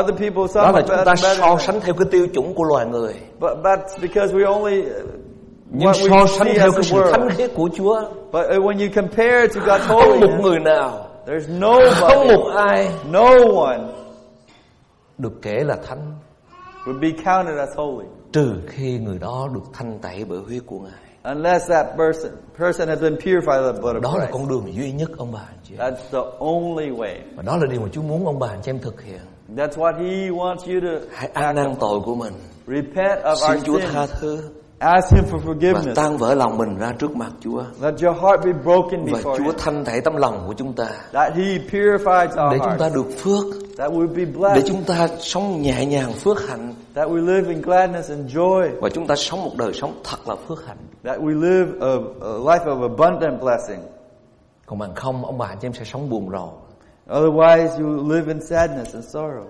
other people some Đó là are chúng better, ta better so than- sánh theo cái tiêu chuẩn của loài người But that's because we only uh, Nhưng what we so sánh see theo as cái the sự thánh world. khiết của Chúa But uh, when you compare to *laughs* God's Không một holiness, người nào there's Không nobody, một ai no one được kể là thánh would be counted as holy Trừ khi người đó được thanh tẩy bởi huyết của Ngài unless that person person has been purified by the blood of Đó là Christ. con đường duy nhất ông bà anh chị em That's the only way. Và đó là điều mà Chúa muốn ông bà anh chị em thực hiện That's what He wants you to Hãy ăn năn tội của mình repent of our Xin Chúa tha sins, thứ ask Him for Và forgiveness. tan vỡ lòng mình ra trước mặt Chúa Let your heart be broken Và before Chúa Him. thanh tẩy tấm lòng của chúng ta That He purifies our Để chúng ta hearts. được phước That we be Để blessed. chúng ta sống nhẹ nhàng phước hạnh That we live in gladness and joy. Và chúng ta sống một đời sống thật là phước hạnh that we live a, a life of abundant blessing. Còn bằng không ông bà anh chị em sẽ sống buồn rầu Otherwise, you live in sadness and sorrow.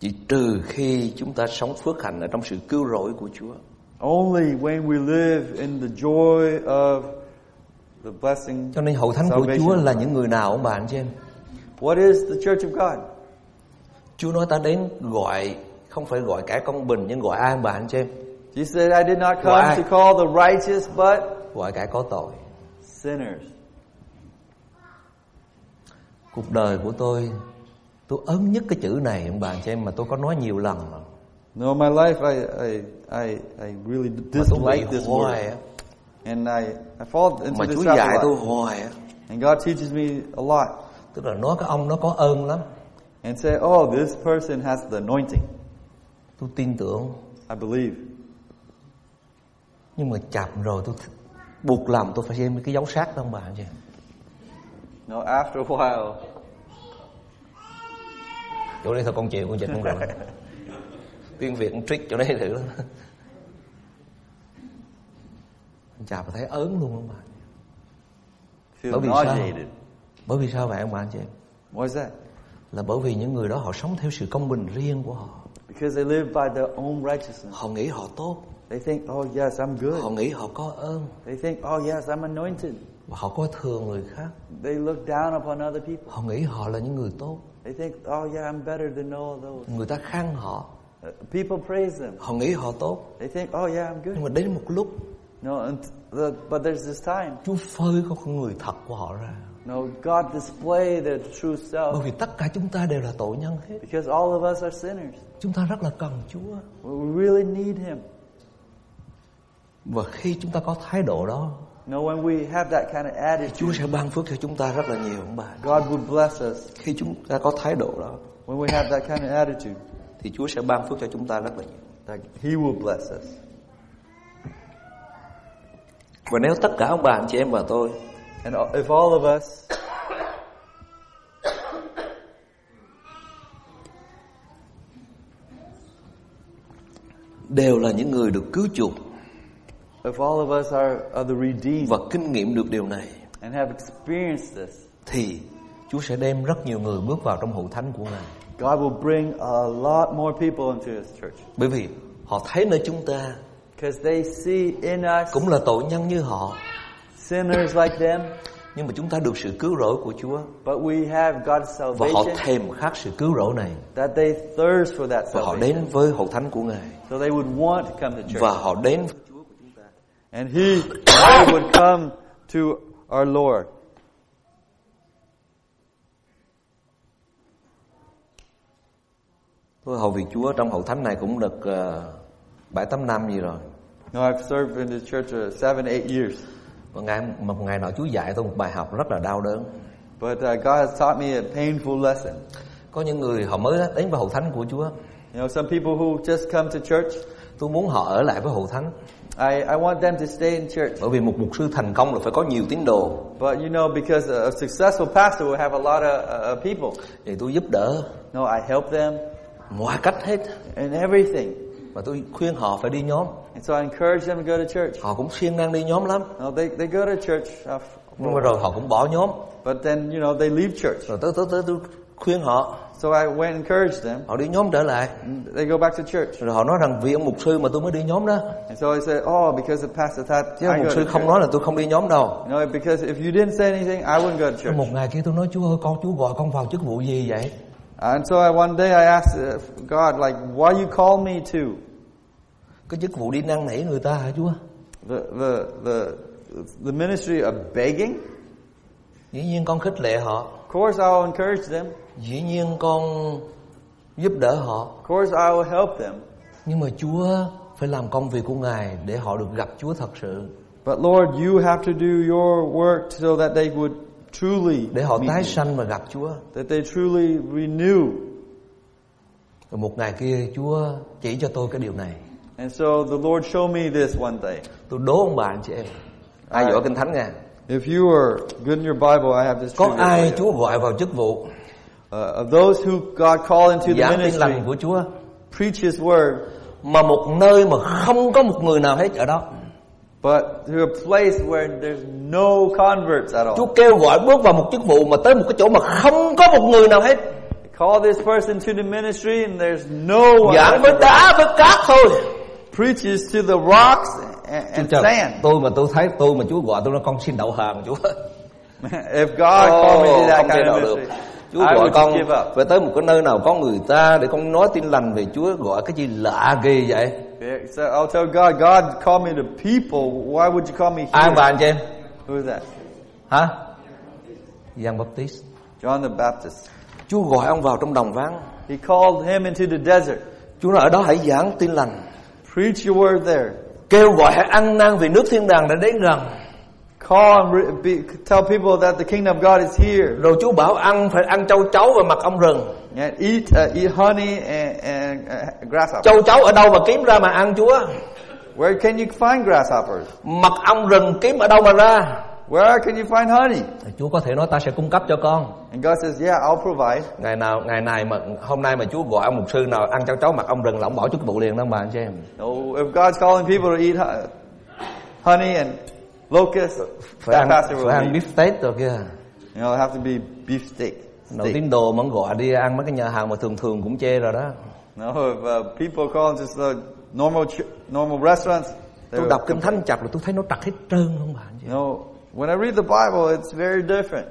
Chỉ trừ khi chúng ta sống phước hạnh ở trong sự cứu rỗi của Chúa Only when we live in the joy of the blessing. Cho nên hậu thánh của Chúa là những người nào ông bà anh chị em? What is the church of God? Chúa nói ta đến gọi không phải gọi kẻ công bình nhưng gọi ai ông bà anh chị em? Jesus said, I did not come Why? to call the righteous, but Gọi kẻ có tội. sinners. Cuộc đời của tôi tôi ớn nhất cái chữ này ông bà anh chị em mà tôi có nói nhiều lần mà No, my life, I, I, I, I really Mà tôi bị dislike this hoài á, word. And I, I fall into mà this Chúa trap dạy a tôi lot. hoài á. And God teaches me a lot. Tức là nói cái ông nó có ơn lắm And say, oh, this person has the anointing. Tôi tin tưởng I believe. Nhưng mà chậm rồi tôi th- buộc làm tôi phải xem cái dấu sát đó ông bà anh chị em. No, after a while, Chỗ đây thôi con chịu con chịu con rồi Tiếng Việt con trick chỗ đây thử đó Anh chạp thấy ớn luôn ông bà feel Bởi vì sao nauseated. Bởi vì sao vậy ông bà anh chị em? Why is that? Là bởi vì những người đó họ sống theo sự công bình riêng của họ Because they live by their own righteousness. Họ nghĩ họ tốt They think, oh yes, I'm Họ good. nghĩ họ có ơn They think, oh yes, I'm anointed. Và họ coi thường người khác They look down upon other people. Họ nghĩ họ là những người tốt They think, oh yeah, I'm better than all those. Người ta khen họ Uh, people praise them. Họ nghĩ họ tốt They think, oh yeah, I'm Nhưng good. mà đến một lúc No, and the, but there's this time. Chúa phơi con người thật của họ ra No, God display their true Bởi self vì tất cả chúng ta đều là tội nhân hết because all of us are sinners. Chúng ta rất là cần Chúa We really need Him. Và khi chúng ta có thái độ đó No, when we have that kind of attitude, Chúa sẽ ban phước cho chúng ta rất là nhiều ông bà God would bless us. Khi chúng ta có thái độ đó When we have that kind of attitude, Thì Chúa sẽ ban phước cho chúng ta rất là nhiều that He will bless us. Và nếu tất cả ông bà, anh chị em và tôi And uh, if all of us, Đều là những người được cứu chuộc if all of us are, are the redeemed Và kinh nghiệm được điều này and have experienced this, Thì Chúa sẽ đem rất nhiều người bước vào trong hậu thánh của Ngài God will bring a lot more people into His church Bởi vì họ thấy nơi chúng ta because they see in us Cũng là tội nhân như họ sinners like them, Nhưng mà chúng ta được sự cứu rỗi của Chúa but we have God's Và họ salvation thèm khát sự cứu rỗi này that they thirst for that Và họ salvation, đến với hậu thánh của Ngài so they would want to come to church, Và họ đến với Chúa của chúng ta and He they would come to our Lord. Tôi hầu việc Chúa trong hậu thánh này cũng được ờ, bảy tám năm gì rồi. Now I've served in the church uh, seven, eight years, Một ngày một ngày nọ Chúa dạy tôi một bài học rất là đau đớn. but uh, God has taught me a painful lesson. Có những người họ mới đến với hậu thánh của Chúa. You know, some people who just come to church, Tôi muốn họ ở lại với hậu thánh I, I want them to stay in church. bởi vì một mục sư thành công là phải có nhiều tín đồ. But you know, because a a successful pastor will have a lot of uh, uh, people. Thì tôi giúp đỡ No, I help them mọi cách hết in everything. và tôi khuyên họ phải đi nhóm. And so I encourage them to go to church. Họ cũng siêng năng đi nhóm lắm. No, they, they go to church, uh, f- Nhưng mà rồi họ cũng bỏ nhóm. but then, you know, they leave church. Rồi tới tới tới tôi khuyên họ, So I went and encouraged them. họ đi nhóm trở lại. And they go back to church. Rồi họ nói rằng vì ông mục sư mà tôi mới đi nhóm đó. And so I said, oh, because the pastor thought Chứ I ông go mục to sư không church. nói là tôi không đi nhóm đâu. You know, because if you didn't say anything, I wouldn't go to Có church. Một ngày kia tôi nói Chúa ơi con Chúa gọi con vào chức vụ gì vậy? And so I, one day I asked uh, God, like, why you call me to? Cái chức vụ đi năn nỉ người ta hả Chúa? The, the, the, the ministry of begging? Dĩ nhiên con khích lệ họ, Of course I'll encourage them. dĩ nhiên con giúp đỡ họ, Of course, I will help them. nhưng mà Chúa phải làm công việc của Ngài để họ được gặp Chúa thật sự, But Lord, you have to do your work so that they would truly để họ meet tái you, sanh và gặp Chúa. that they truly renew. Rồi một ngày kia Chúa chỉ cho tôi cái điều này. And so the Lord showed me this one day. Tôi đố ông bà anh chị em, À, ai giỏi kinh thánh nha. If you are good in your Bible, I have this Có trivia for ai you. Chúa gọi vào chức vụ Uh, of those who God called into the giảng tin lành ministry, của Chúa preach His word, mà một nơi mà không có một người nào hết ở đó. but to a place where there's no converts at Chúa all. kêu gọi bước vào một chức vụ mà tới một cái chỗ mà không có một người nào hết Call this person to the ministry, and there's no one. Giảng với đá với cát thôi Preaches to the rocks, Chú and, and Trần, sand. tôi mà tôi thấy tôi mà Chúa gọi tôi nói con xin đậu hàm Chúa. *laughs* if God called me to Ồ, that không thể kind nào of được. ministry, Chúa I gọi would con give up. phải tới một cái nơi nào có người ta để con nói tin lành về Chúa gọi cái gì lạ ghê vậy? Yeah, So I'll tell God, God called me to people. Why would you call me Ai here? ông bà anh chị em? Who is that? Hả? Giang Baptist. John the Baptist. Chúa gọi ông vào trong đồng vắng. He called him into the desert. Chúa nói ở đó hãy giảng tin lành. Preach your word there. Kêu gọi hãy ăn năn vì nước thiên đàng đã đến gần. Call and re- be, tell people that the kingdom of God is here. Rồi Chúa bảo ăn phải ăn châu chấu và mật ong rừng. And eat, uh, eat honey and, and uh, grasshoppers. Châu chấu ở đâu mà kiếm ra mà ăn Chúa? Where can you find grasshoppers? Mật ong rừng kiếm ở đâu mà ra? Where can you find honey? Chúa có thể nói ta sẽ cung cấp cho con. And God says, yeah, I'll provide. Ngày nào ngày này mà hôm nay mà Chúa gọi ông mục sư nào ăn châu chấu mật ong rừng là ông bỏ Chúa cái vụ liền đó mà anh chị em. No, if God's calling people to eat hu- honey and locusts, Phải ăn that pastor will phải ăn leave. beef steak rồi kia. You know, it'll have to be beef steak. Đầu steak. tín đồ mà ông gọi đi ăn mấy cái nhà hàng mà thường thường cũng chê rồi đó. No, if uh, people call just uh, normal ch- normal restaurants, they Tôi will- đọc kinh thánh chập là tôi thấy nó trật hết trơn không bạn you know, when I read the Bible, it's very different.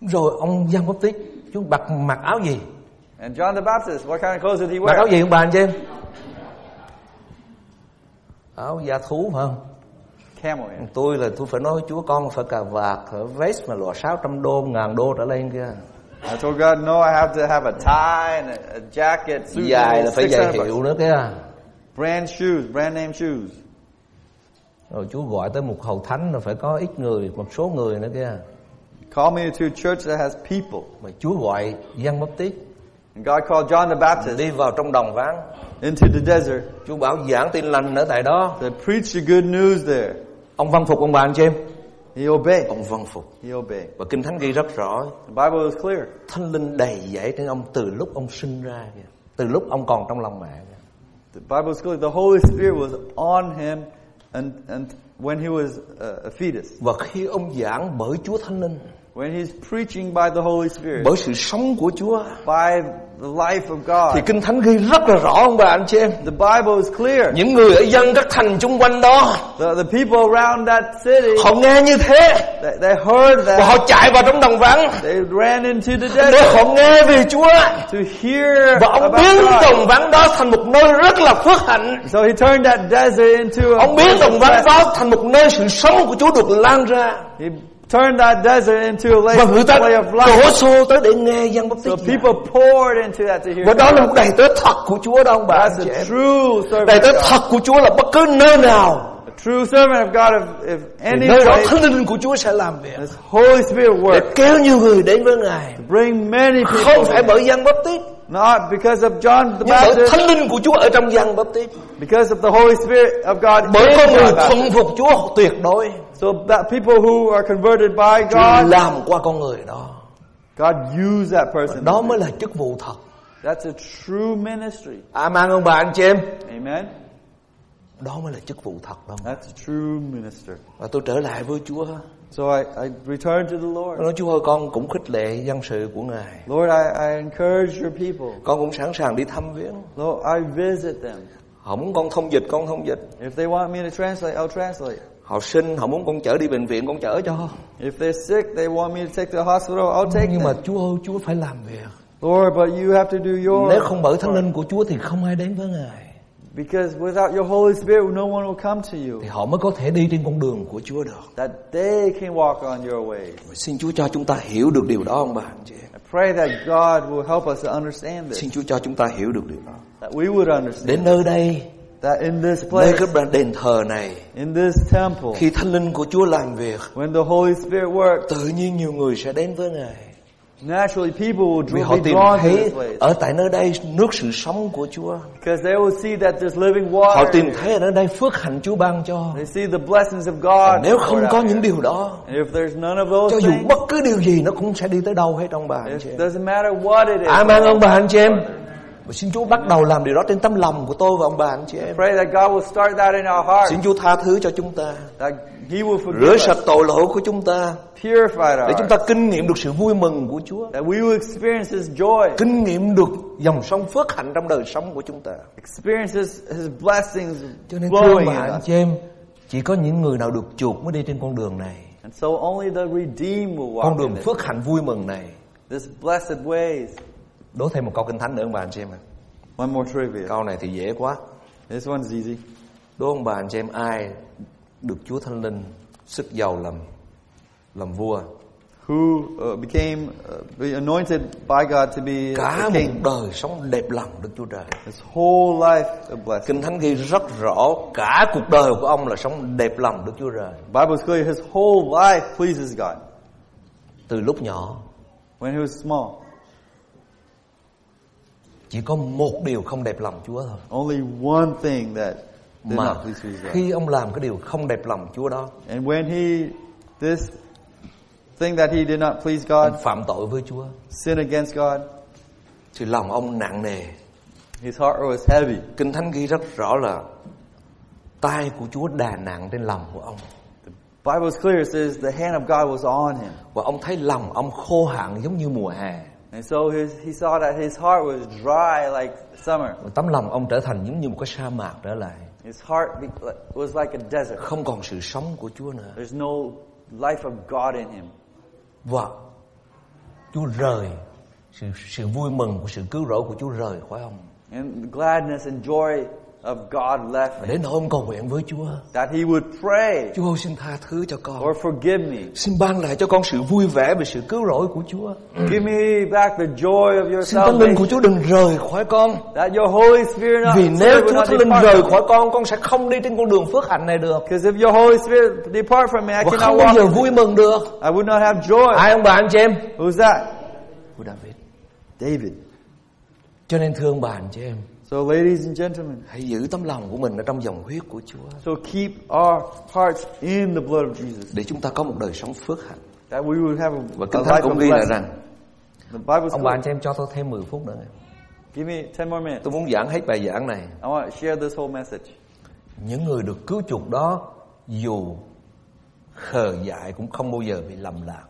Rồi ông Giang Bóp Tít Chú mặc, mặc áo gì And John the Baptist, what kind of clothes did he Mặc wear? áo gì không bà anh chị em Áo da thú phải không Camel hair. Tôi là tôi phải nói với Chúa con phải cà vạt phải Vest mà lụa 600 đô, ngàn đô trở lên kia I told God, no, I have to have a tie and a, a jacket, suit, Dài and là phải giày 600 bucks. hiệu nữa kia brand shoes, brand name shoes. Rồi Chúa gọi tới một hầu thánh là phải có ít người Một số người nữa kia Call me to a church that has people. Mà Chúa gọi Giang Bóp Tít And God called John the Baptist Đi vào trong đồng ván into the desert Chúa bảo giảng tin lành ở tại đó to preach the good news there. Ông văn phục ông bà anh chị em He obeyed. Ông văn phục He obeyed. Và Kinh Thánh ghi rất rõ The Bible is clear. Thánh linh đầy dẫy trên ông từ lúc ông sinh ra kìa. Từ lúc ông còn trong lòng mẹ kìa. The Bible is clear. The Holy Spirit was on him and, and when he was uh, a fetus. Và khi ông giảng bởi Chúa Thánh Linh When he's preaching by the Holy Spirit, Bởi sự sống của Chúa by the life of Thì God. Kinh Thánh ghi rất là rõ ông bà anh chị em The Bible is clear. Những người ở dân các thành chung quanh đó The, the people around that city, Họ nghe như thế they, they heard Và that. họ chạy vào trong đồng vắng They ran into the Để desert họ nghe về Chúa to hear Và ông about biến God. đồng vắng đó thành một nơi rất là phước hạnh So he turned that desert into a Ông biến đồng vắng đó thành một nơi sự sống của Chúa được lan ra He turned that desert into a lake, Và người ta way of life. đổ xô tới để nghe dân bắp So tít giảng. people poured into that to hear. Và đó God. là một đầy tớ thật của Chúa đó ông bà anh That's chị a em. true servant. Đầy of tớ God. thật của Chúa là bất cứ nơi nào A true servant of God, if, if thì any nơi đó place, thánh linh của Chúa sẽ làm việc this Holy Spirit để work. kéo nhiều người đến với Ngài. Bring many people. Không phải in. bởi dân bắp tít Not because of John the nhưng bởi Baptist, thánh linh của Chúa ở trong dân bắp tít. because of the Holy Spirit of God. Bởi in con John người the Baptist. thuận phục Chúa tuyệt đối So that people who are converted by Chúa God, làm qua con người đó. God used that person. Đó mới là chức vụ thật. That's a true ministry. Amen À, ông bà anh chị em. Amen. Đó mới là chức vụ thật đó. That's a true minister. Và tôi trở lại với Chúa. So I, I return to the Lord. Tôi nói Chúa ơi con cũng khích lệ dân sự của Ngài. Lord, I, I encourage your people. Con cũng sẵn sàng đi thăm viếng. Lord, I visit them. Họ muốn con thông dịch con thông dịch If they want me to translate, I'll translate. Họ sinh họ muốn con chở đi bệnh viện con chở cho If they're sick, they want me to take to the hospital, I'll take Nhưng mà them. Chúa ơi Chúa phải làm việc Lord, but you have to do your Nếu không bởi thánh linh của Chúa thì không ai đến với Ngài because without your Holy Spirit, no one will come to you. Thì họ mới có thể đi trên con đường của Chúa được That they can walk on your ways. Xin Chúa cho chúng ta hiểu được điều đó ông bà anh chị em. I pray that God will help us to understand this, Xin Chúa cho chúng ta hiểu được điều đó that we would understand Đến nơi đây that in this Nơi place, cái đền thờ này in this temple, Khi thánh linh của Chúa làm việc when the Holy Spirit works, Tự nhiên nhiều người sẽ đến với Ngài naturally people will Vì họ draw- be tìm drawn to thấy this place Ở tại nơi đây nước sự sống của Chúa because they will see that there's living Họ water. tìm here. thấy ở nơi đây phước hạnh Chúa ban cho They see the blessings of God. Nếu không poured out có here. những điều đó And if there's none of those cho dù things, bất cứ điều gì nó cũng sẽ đi tới đâu hết ông bà anh chị it em. doesn't matter what it is. Amen ông bà anh chị em. Và xin Chúa bắt đầu làm điều đó trên tấm lòng của tôi và ông bà anh chị em. Pray that God will start that in our hearts. Xin Chúa tha thứ cho chúng ta, That He will forgive rửa us, sạch tội lỗi của chúng ta purify our để chúng hearts. ta kinh nghiệm được sự vui mừng của Chúa, That we will experience His joy, kinh nghiệm được dòng sông phước hạnh trong đời sống của chúng ta. experience His, His blessings Cho nên thưa ông flowing in bà anh us. chị em, Chỉ có những người nào được chuộc mới đi trên con đường này. And so only the redeemed will Con walk đường in it. phước hạnh vui mừng này. This blessed ways. Đố thêm một câu kinh thánh nữa ông bà anh chị em ạ. One more trivia. Câu này thì dễ quá. This one's easy. Đố ông bà anh chị em ai được Chúa Thánh Linh sức giàu làm làm vua. Who uh, became uh, be anointed by God to be Cả a một king? đời sống đẹp lòng Đức Chúa Trời. His whole life a blessing. Kinh thánh ghi rất rõ cả cuộc đời của ông là sống đẹp lòng Đức Chúa Trời. Bible's clear. His whole life pleases God. Từ lúc nhỏ When he was small, chỉ có một điều không đẹp lòng Chúa thôi. only one thing that did Mà not please God. khi ông làm cái điều không đẹp lòng Chúa đó, And when he this thing that he did not please ông God, phạm tội với Chúa, sin against God, thì lòng ông nặng nề. his heart was heavy. Kinh thánh ghi rất rõ là tay của Chúa đà nặng trên lòng của ông Bible's clear. It says the hand of God was on him. và ông thấy lòng ông khô hạn giống như mùa hè. And so his, he saw that his heart was dry like summer. Và Tấm lòng ông trở thành giống như một cái sa mạc trở lại, His heart be- was like a desert. không còn sự sống của Chúa nữa. There's no life of God in him. Và Chúa rời sự sự vui mừng của sự cứu rỗi của Chúa rời khỏi ông. And the gladness and joy of God Và left him. đến nỗi ông cầu nguyện với Chúa, That he would pray, Chúa ơi xin tha thứ cho con. Lord, forgive me. Xin ban lại cho con sự vui vẻ về sự cứu rỗi của Chúa. Give me back the joy of your Xin Thánh Linh của salvation. Chúa đừng rời khỏi con. That your Holy Spirit not, Vì nếu Spirit Dạ, will Chúa not Thánh Linh depart rời from me. khỏi con, con sẽ không đi trên con đường phước hạnh này được. Because if your Holy Spirit depart from me, I Và cannot không bao walk. giờ in vui mừng được. it. I would not have joy. Ai ông bà anh chị em? Who's that? Của David. David. Cho nên thương bà anh chị em, So ladies and gentlemen, hãy giữ tấm lòng của mình ở trong dòng huyết của Chúa. so keep our hearts in the blood of Jesus. Để chúng ta có một đời sống phước hạnh. That we would have a, Và a Kinh Thánh life of cũng ghi lại blessing. rằng, The Bible's ông bà clear. anh chị em cho tôi thêm 10 phút nữa. Give me 10 more minutes. Tôi muốn giảng hết bài giảng này. I want to share this whole message. Những người được cứu chuộc đó, dù khờ dại cũng không bao giờ bị lầm lạc.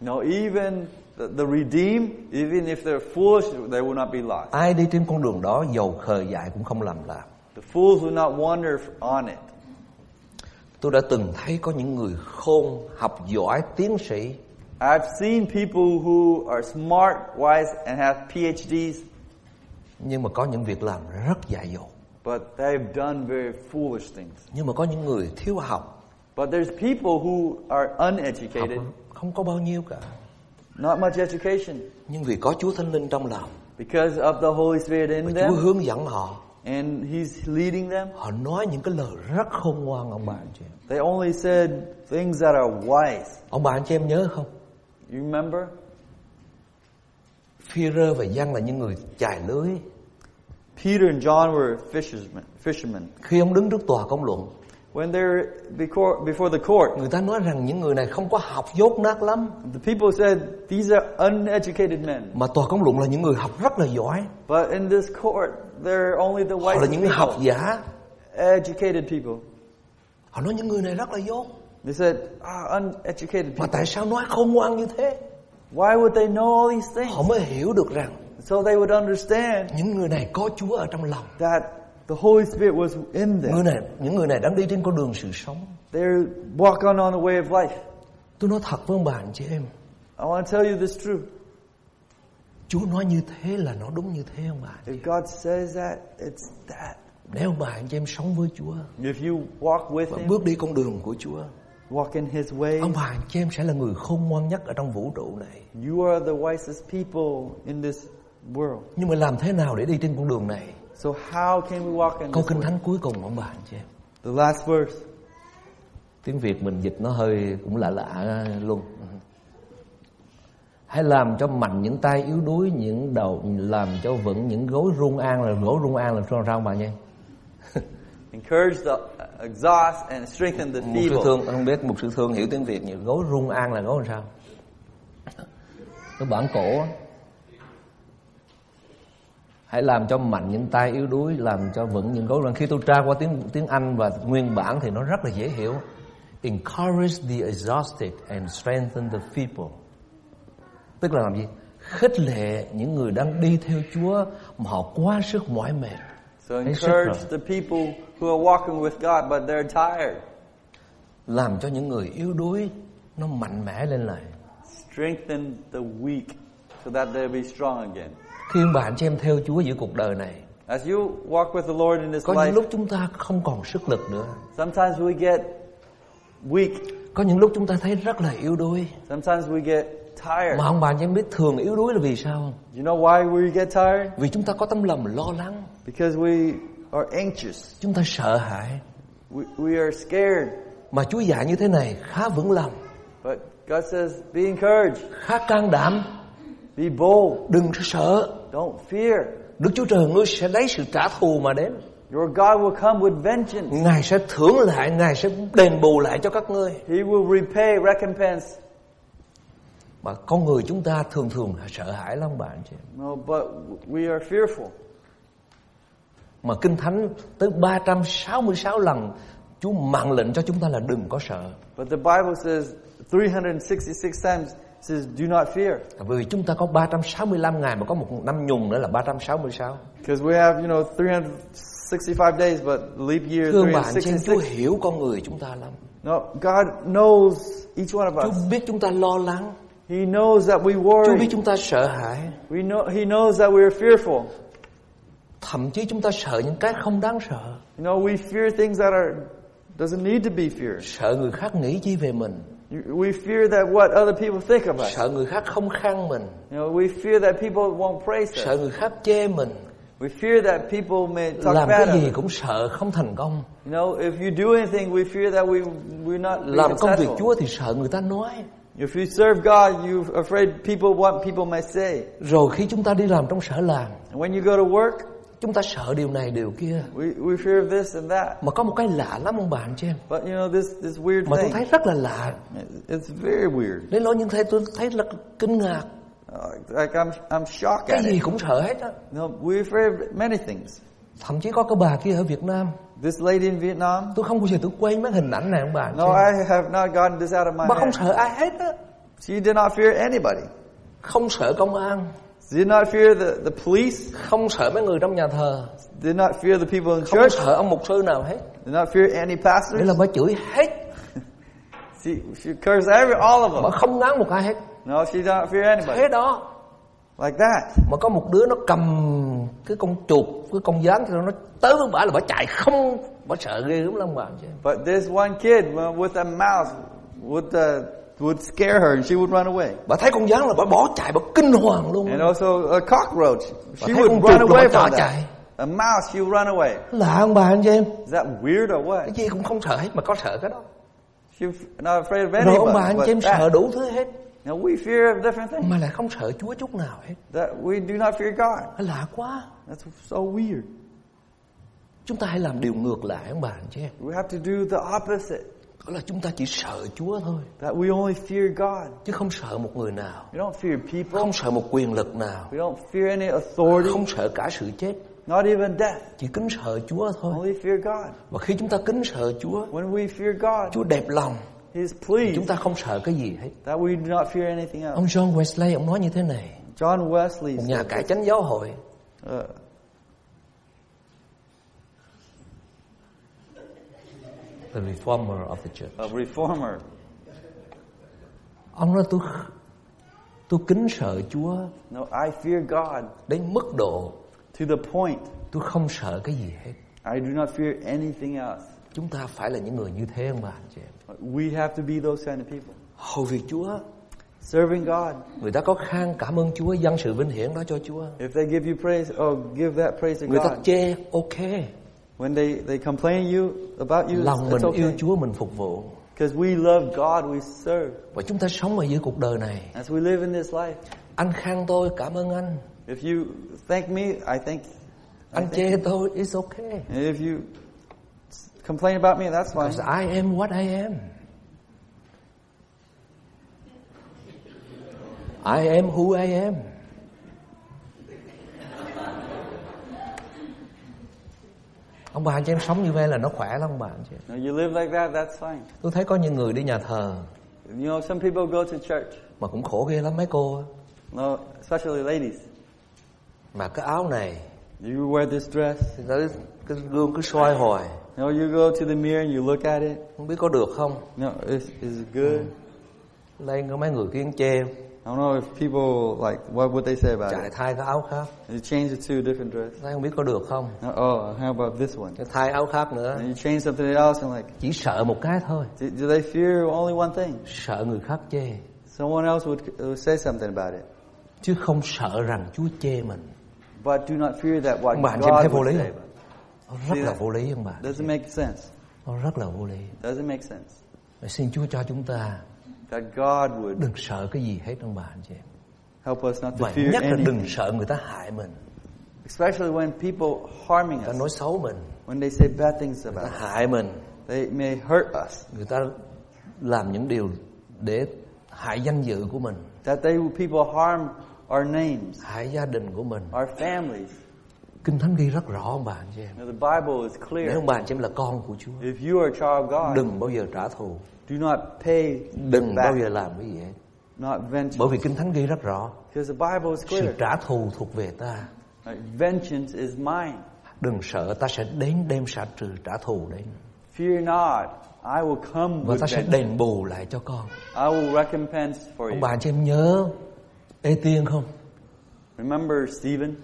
No, even the, the redeemed, even if they're foolish, they will not be lost. Ai đi trên con đường đó giàu khờ dại cũng không lầm lạc. The fools will not wander on it. Tôi đã từng thấy có những người khôn, học giỏi, tiến sĩ I've seen people who are smart, wise, and have PhDs, nhưng mà có những việc làm rất dại dột. but they've done very foolish things. Nhưng mà có những người thiếu học, But there's people who are học uneducated, không có bao nhiêu cả. not much education, Nhưng vì có Chúa Thánh Linh trong lòng, because of the Holy Spirit in Chúa them, hướng dẫn họ, and He's leading them. họ nói những cái lời rất khôn ngoan ông bà anh chị. em. They only said things that are wise. Ông bà anh chị em nhớ không? You remember? Phi-rơ và Giăng là những người chài lưới. Peter and John were fishermen. fishermen. Khi ông đứng trước tòa công luận, When they're before, before the court, người ta nói rằng những người này không có học dốt nát lắm, the people said, These are uneducated men. mà tòa công luận là những người học rất là giỏi, But in this court, they're only the họ là wisest những người học people, giả. educated people. Họ nói những người này rất là dốt, They said, ah, uneducated mà people. tại sao nói khôn ngoan như thế? Why would they know all these things? Họ mới hiểu được rằng So they would understand những người này có Chúa ở trong lòng. that the Holy Spirit was in Người them. này, những người này đang đi trên con đường sự sống. They're walking on the way of life. Tôi nói thật với ông bà anh chị em, I want to tell you this truth. Chúa nói như thế là nó đúng như thế ông bà. If God says that, it's that. Để ông bà anh chị em sống với Chúa If you walk with và Him, bước đi con đường của Chúa, walk in His way, ông bà anh chị em sẽ là người khôn ngoan nhất ở trong vũ trụ này. you are the wisest people in this world. Nhưng mà làm thế nào để đi trên con đường này? So how can we walk in Câu this kinh way? thánh cuối cùng ông bà anh chị em. The last verse. Tiếng Việt mình dịch nó hơi cũng lạ lạ luôn. Hãy làm cho mạnh những tay yếu đuối, những đầu làm cho vững những gối rung an là gối rung an là sao sao ông bà nha. Encourage the uh, exhaust and strengthen the Một sư feeble. thương, không biết một sư thương hiểu tiếng Việt nhiều gối rung an là gối làm sao? Cái bản cổ á. Hãy làm cho mạnh những tay yếu đuối, làm cho vững những gối rung. Khi tôi tra qua tiếng tiếng Anh và nguyên bản thì nó rất là dễ hiểu. Encourage the exhausted and strengthen the feeble. Tức là làm gì? Khích lệ những người đang đi theo Chúa mà họ quá sức mỏi mệt. So Hết sức encourage rồi. the people who are walking with God, but they're tired. làm cho những người yếu đuối nó mạnh mẽ lên lại Strengthen the weak so that they'll be strong again. khi bạn chị em theo Chúa giữa cuộc đời này As you walk with the Lord in this có những life, lúc chúng ta không còn sức lực nữa sometimes we get weak. có những lúc chúng ta thấy rất là yếu đuối Sometimes we get tired. mà ông bà chị em biết thường yếu đuối là vì sao không You know why we get tired? vì chúng ta có tấm lòng lo lắng Because we are anxious. chúng ta sợ hãi We, we are scared. mà Chúa dạy như thế này khá vững lòng But God says, be encouraged. khá can đảm Be bold. đừng có sợ Don't fear. Đức Chúa Trời ngươi sẽ lấy sự trả thù mà đến Your God will come with vengeance. Ngài sẽ thưởng lại Ngài sẽ đền bù lại cho các ngươi He will repay recompense. Mà con người chúng ta thường thường là sợ hãi lắm bạn chị No, but we are fearful. Mà Kinh Thánh tới 366 lần Chúa mạng lệnh cho chúng ta là đừng có sợ But the Bible says 366 times it says, do not fear. Bởi vì chúng ta có 365 ngày mà có một năm nhùng nữa là 366 Because we have, you know, 365 days, but leap year Thương bạn chị Chúa 366. hiểu con người chúng ta lắm No, God knows each one of Chúa us. biết chúng ta lo lắng He knows that we Chúa biết worry. chúng ta sợ hãi We know, he knows that we are fearful. Thậm chí chúng ta sợ những cái không đáng sợ You know, we fear things that are doesn't need to be feared. Sợ người khác nghĩ chi về mình You- We fear that what other people think of us. Sợ người khác không khang mình You know, we fear that people won't praise us. sợ người khác chê mình We fear that people may talk làm bad cái of gì us. cũng sợ không thành công You know, if you do anything, we fear that we we're not be làm công việc successful. Chúa thì sợ người ta nói If you serve God, you're afraid people what people may say. rồi khi chúng ta đi làm trong sở làm And when you go to work, chúng ta sợ điều này điều kia we, we fear this and that. mà có một cái lạ lắm ông bạn cho em But you know, this this weird mà tôi thấy thing. rất là lạ It's very weird. đến lỗi những thấy tôi thấy là kinh ngạc Uh, Like I'm I'm shocked cái at gì it. cũng sợ hết á No, we're afraid of many things. thậm chí có cái bà kia ở Việt Nam This lady in Vietnam. tôi không bao giờ tôi quên mấy hình ảnh này ông bạn No, I have not gotten this out of my bà không head. sợ ai hết á She did not fear anybody. không sợ công an She did not fear the, the police. không sợ mấy người trong nhà thờ Did not fear the people không in church. sợ ông mục sư nào hết Did not fear any nghĩa pastors. là bà chửi hết She, she cursed every, all of bà them. không ngán một ai hết No, she did not fear anybody. thế đó Like that. mà có một đứa nó cầm cái con chuột cái con dán cho nó tới với bả là bả chạy không bả sợ ghê lắm lắm bà chứ But this one kid well, with a mouse would, uh, would scare her and she would run away. bả thấy con dán là bả bỏ chạy bả kinh hoàng luôn And also a cockroach. She thấy con would run chuột away rồi bỏ from that. chạy. A mouse, she would run away. lạ không bà anh chị em Is that weird or cái what? gì cũng không sợ hết mà có sợ cái đó She's not afraid of rồi ông bà anybody. anh chị em But sợ that. đủ thứ hết Now we fear of different things. mà lại không sợ chúa chút nào hết That we do not fear God. lạ quá That's so weird. chúng ta hãy làm điều ngược lại ông bà anh chị em We have to do the opposite. đó là chúng ta chỉ sợ chúa thôi That we only fear God. chứ không sợ một người nào We don't fear people. không sợ một quyền lực nào We don't fear any authority. không sợ cả sự chết Not even death. chỉ kính sợ chúa thôi Only fear God. và khi chúng ta kính sợ chúa When we fear God, Chúa đẹp lòng He is Chúng pleased ta không sợ cái gì hết that we do not fear anything else. Ông John Wesley ông nói như thế này John Wesley Một nhà cải chánh giáo hội uh, The reformer of the church a reformer. Ông nói tôi Tôi kính sợ Chúa No, I fear God Đến mức độ to the point tôi không sợ cái gì hết I do not fear anything else. Chúng ta phải là những người như thế ông bà anh chị em We have to be those kind of people. Hầu việc Chúa Serving God. Người ta có khang cảm ơn Chúa Dân sự vinh hiển đó cho Chúa If they give you praise, oh, give that praise to Người ta God. chê ok When they, they complain you about you, Lòng it's mình yêu okay. Chúa mình phục vụ Because we love God, we serve. Và chúng ta sống ở giữa cuộc đời này As we live in this life, Anh khang tôi cảm ơn anh if you thank me, I thank you. I Anh thank chê tôi it's okay And if you s- complain about me, that's fine. Because I am what I am. I am who I am. Ông bà anh chị em sống như vậy là nó khỏe lắm ông bà anh chị. em. No, you live like that, that's fine. Tôi thấy có những người đi nhà thờ You know, some people go to church, mà cũng khổ ghê lắm mấy cô á. no, especially ladies. mà cái áo này You wear this dress, thì tới cái gương cứ soi hoài You know, you go to the mirror and you look at it. không biết có được không No, is is it good? Mm. đây có mấy người kia chê I don't know if people like what would they say about chạy it. thay cái áo khác You change it to a different dress. đây không biết có được không No, Oh, how about this one? Cái thay áo khác nữa And you change something else and like, chỉ sợ một cái thôi do, do they fear only one thing? sợ người khác chê Someone else would, would say something about it. chứ không sợ rằng Chúa chê mình But do not fear that what ông bà anh chị em thấy God vô would lý say. không Nó rất là vô lý ông bà Doesn't make sense. nó rất là vô lý Doesn't make sense. Vậy xin Chúa cho chúng ta That God would đừng sợ cái gì hết ông bà anh chị em help us not to và fear nhất là đừng anything. sợ người ta hại mình Especially when people harming người ta us, nói xấu mình người when they say bad things about ta us. hại mình They may hurt us. người ta làm những điều để hại danh dự của mình That they people harm our names, hại gia đình của mình our families. kinh thánh ghi rất rõ ông bà anh chị em You know, the Bible is để clear. ông bà anh chị em là con của Chúa If you are a child of God, đừng bao giờ trả thù do not pay đừng bao back, giờ làm cái gì hết not venture. bởi vì kinh thánh ghi rất rõ Because the Bible is sự clear. trả thù thuộc về ta Like, vengeance is mine. đừng sợ ta sẽ đến đem xả trừ trả thù đến Fear not, I will come và with ta sẽ vengeance. đền bù lại cho con I will recompense for ông you. bà anh chị em nhớ ê tiên không Remember Stephen?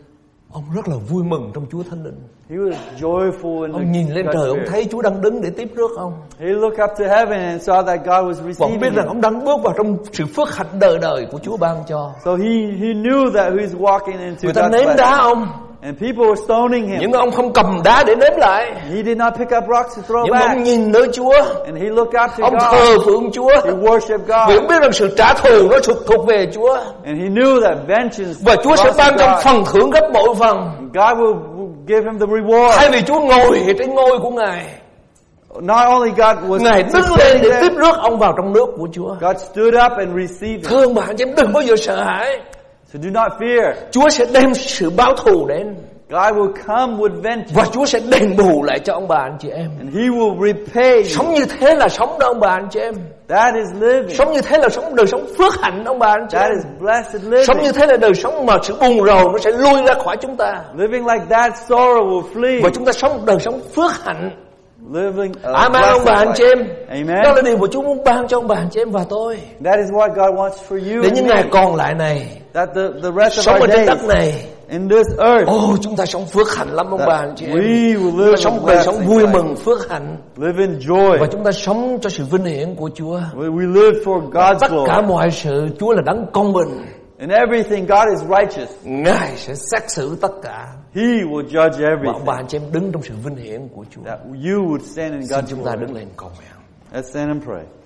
ông rất là vui mừng trong Chúa Thánh Linh He was joyful in ông nhìn the lên God's trời ông Spirit. thấy Chúa đang đứng để tiếp rước ông He looked up to heaven and saw that God was và ông receiving biết rằng him. ông đang bước vào trong sự phước hạnh đời đời của Chúa ban cho So he, he knew that he was walking into người ta God's ném blessing. đá ông And people were stoning him. nhưng ông không cầm đá để ném lại He did not pick up rocks to throw nhưng mà ông back. nhìn nơi Chúa And he looked up to ông God. thờ phượng Chúa He worshiped vì God. ông biết rằng sự trả thù nó thuộc thuộc về Chúa And he knew that vengeance và Chúa sẽ belongs ban to trong God. phần thưởng gấp bội phần And God will, will give him the reward. thay vì Chúa ngồi ở trên ngôi của Ngài Not only God was Ngài đứng lên sitting để there, tiếp rước ông vào trong nước của Chúa God stood up and received him. thương bạn chứ em đừng bao giờ sợ hãi So do not fear. Chúa sẽ đem sự báo thù đến God will come with vengeance. và Chúa sẽ đền bù lại cho ông bà anh chị em And he will repay you. sống như thế là sống đó ông bà anh chị em That is living. sống như thế là sống đời sống phước hạnh ông bà anh chị That em is blessed sống như living. thế là đời sống mà sự buồn rầu nó sẽ lui ra khỏi chúng ta Living like that, sorrow will flee. và chúng ta sống một đời sống phước hạnh Living a amen blessed ông bà anh Ờ, life. chị em đó Amen. là điều mà Chúa muốn ban cho ông bà anh chị em và tôi That is what God wants for you để and những me. ngày còn lại này That the, the rest of sống our ở trên days đất này in this earth, ô chúng ta sống phước hạnh lắm ông bà anh that chị em we will Chúng live ta sống a đời sống blessing vui life. mừng phước hạnh live in joy. và chúng ta sống cho sự vinh hiển của Chúa. We we live for God's Tất cả glory. mọi sự Chúa là đấng công bình. In everything, God is righteous. Ngài sẽ xét xử tất cả. He will judge Và ông everything. bà anh chị em đứng trong sự vinh hiển của Chúa. Dạ. That you would stand in Xin God's chúng ta glory. đứng lên cầu nguyện. Let's stand and pray.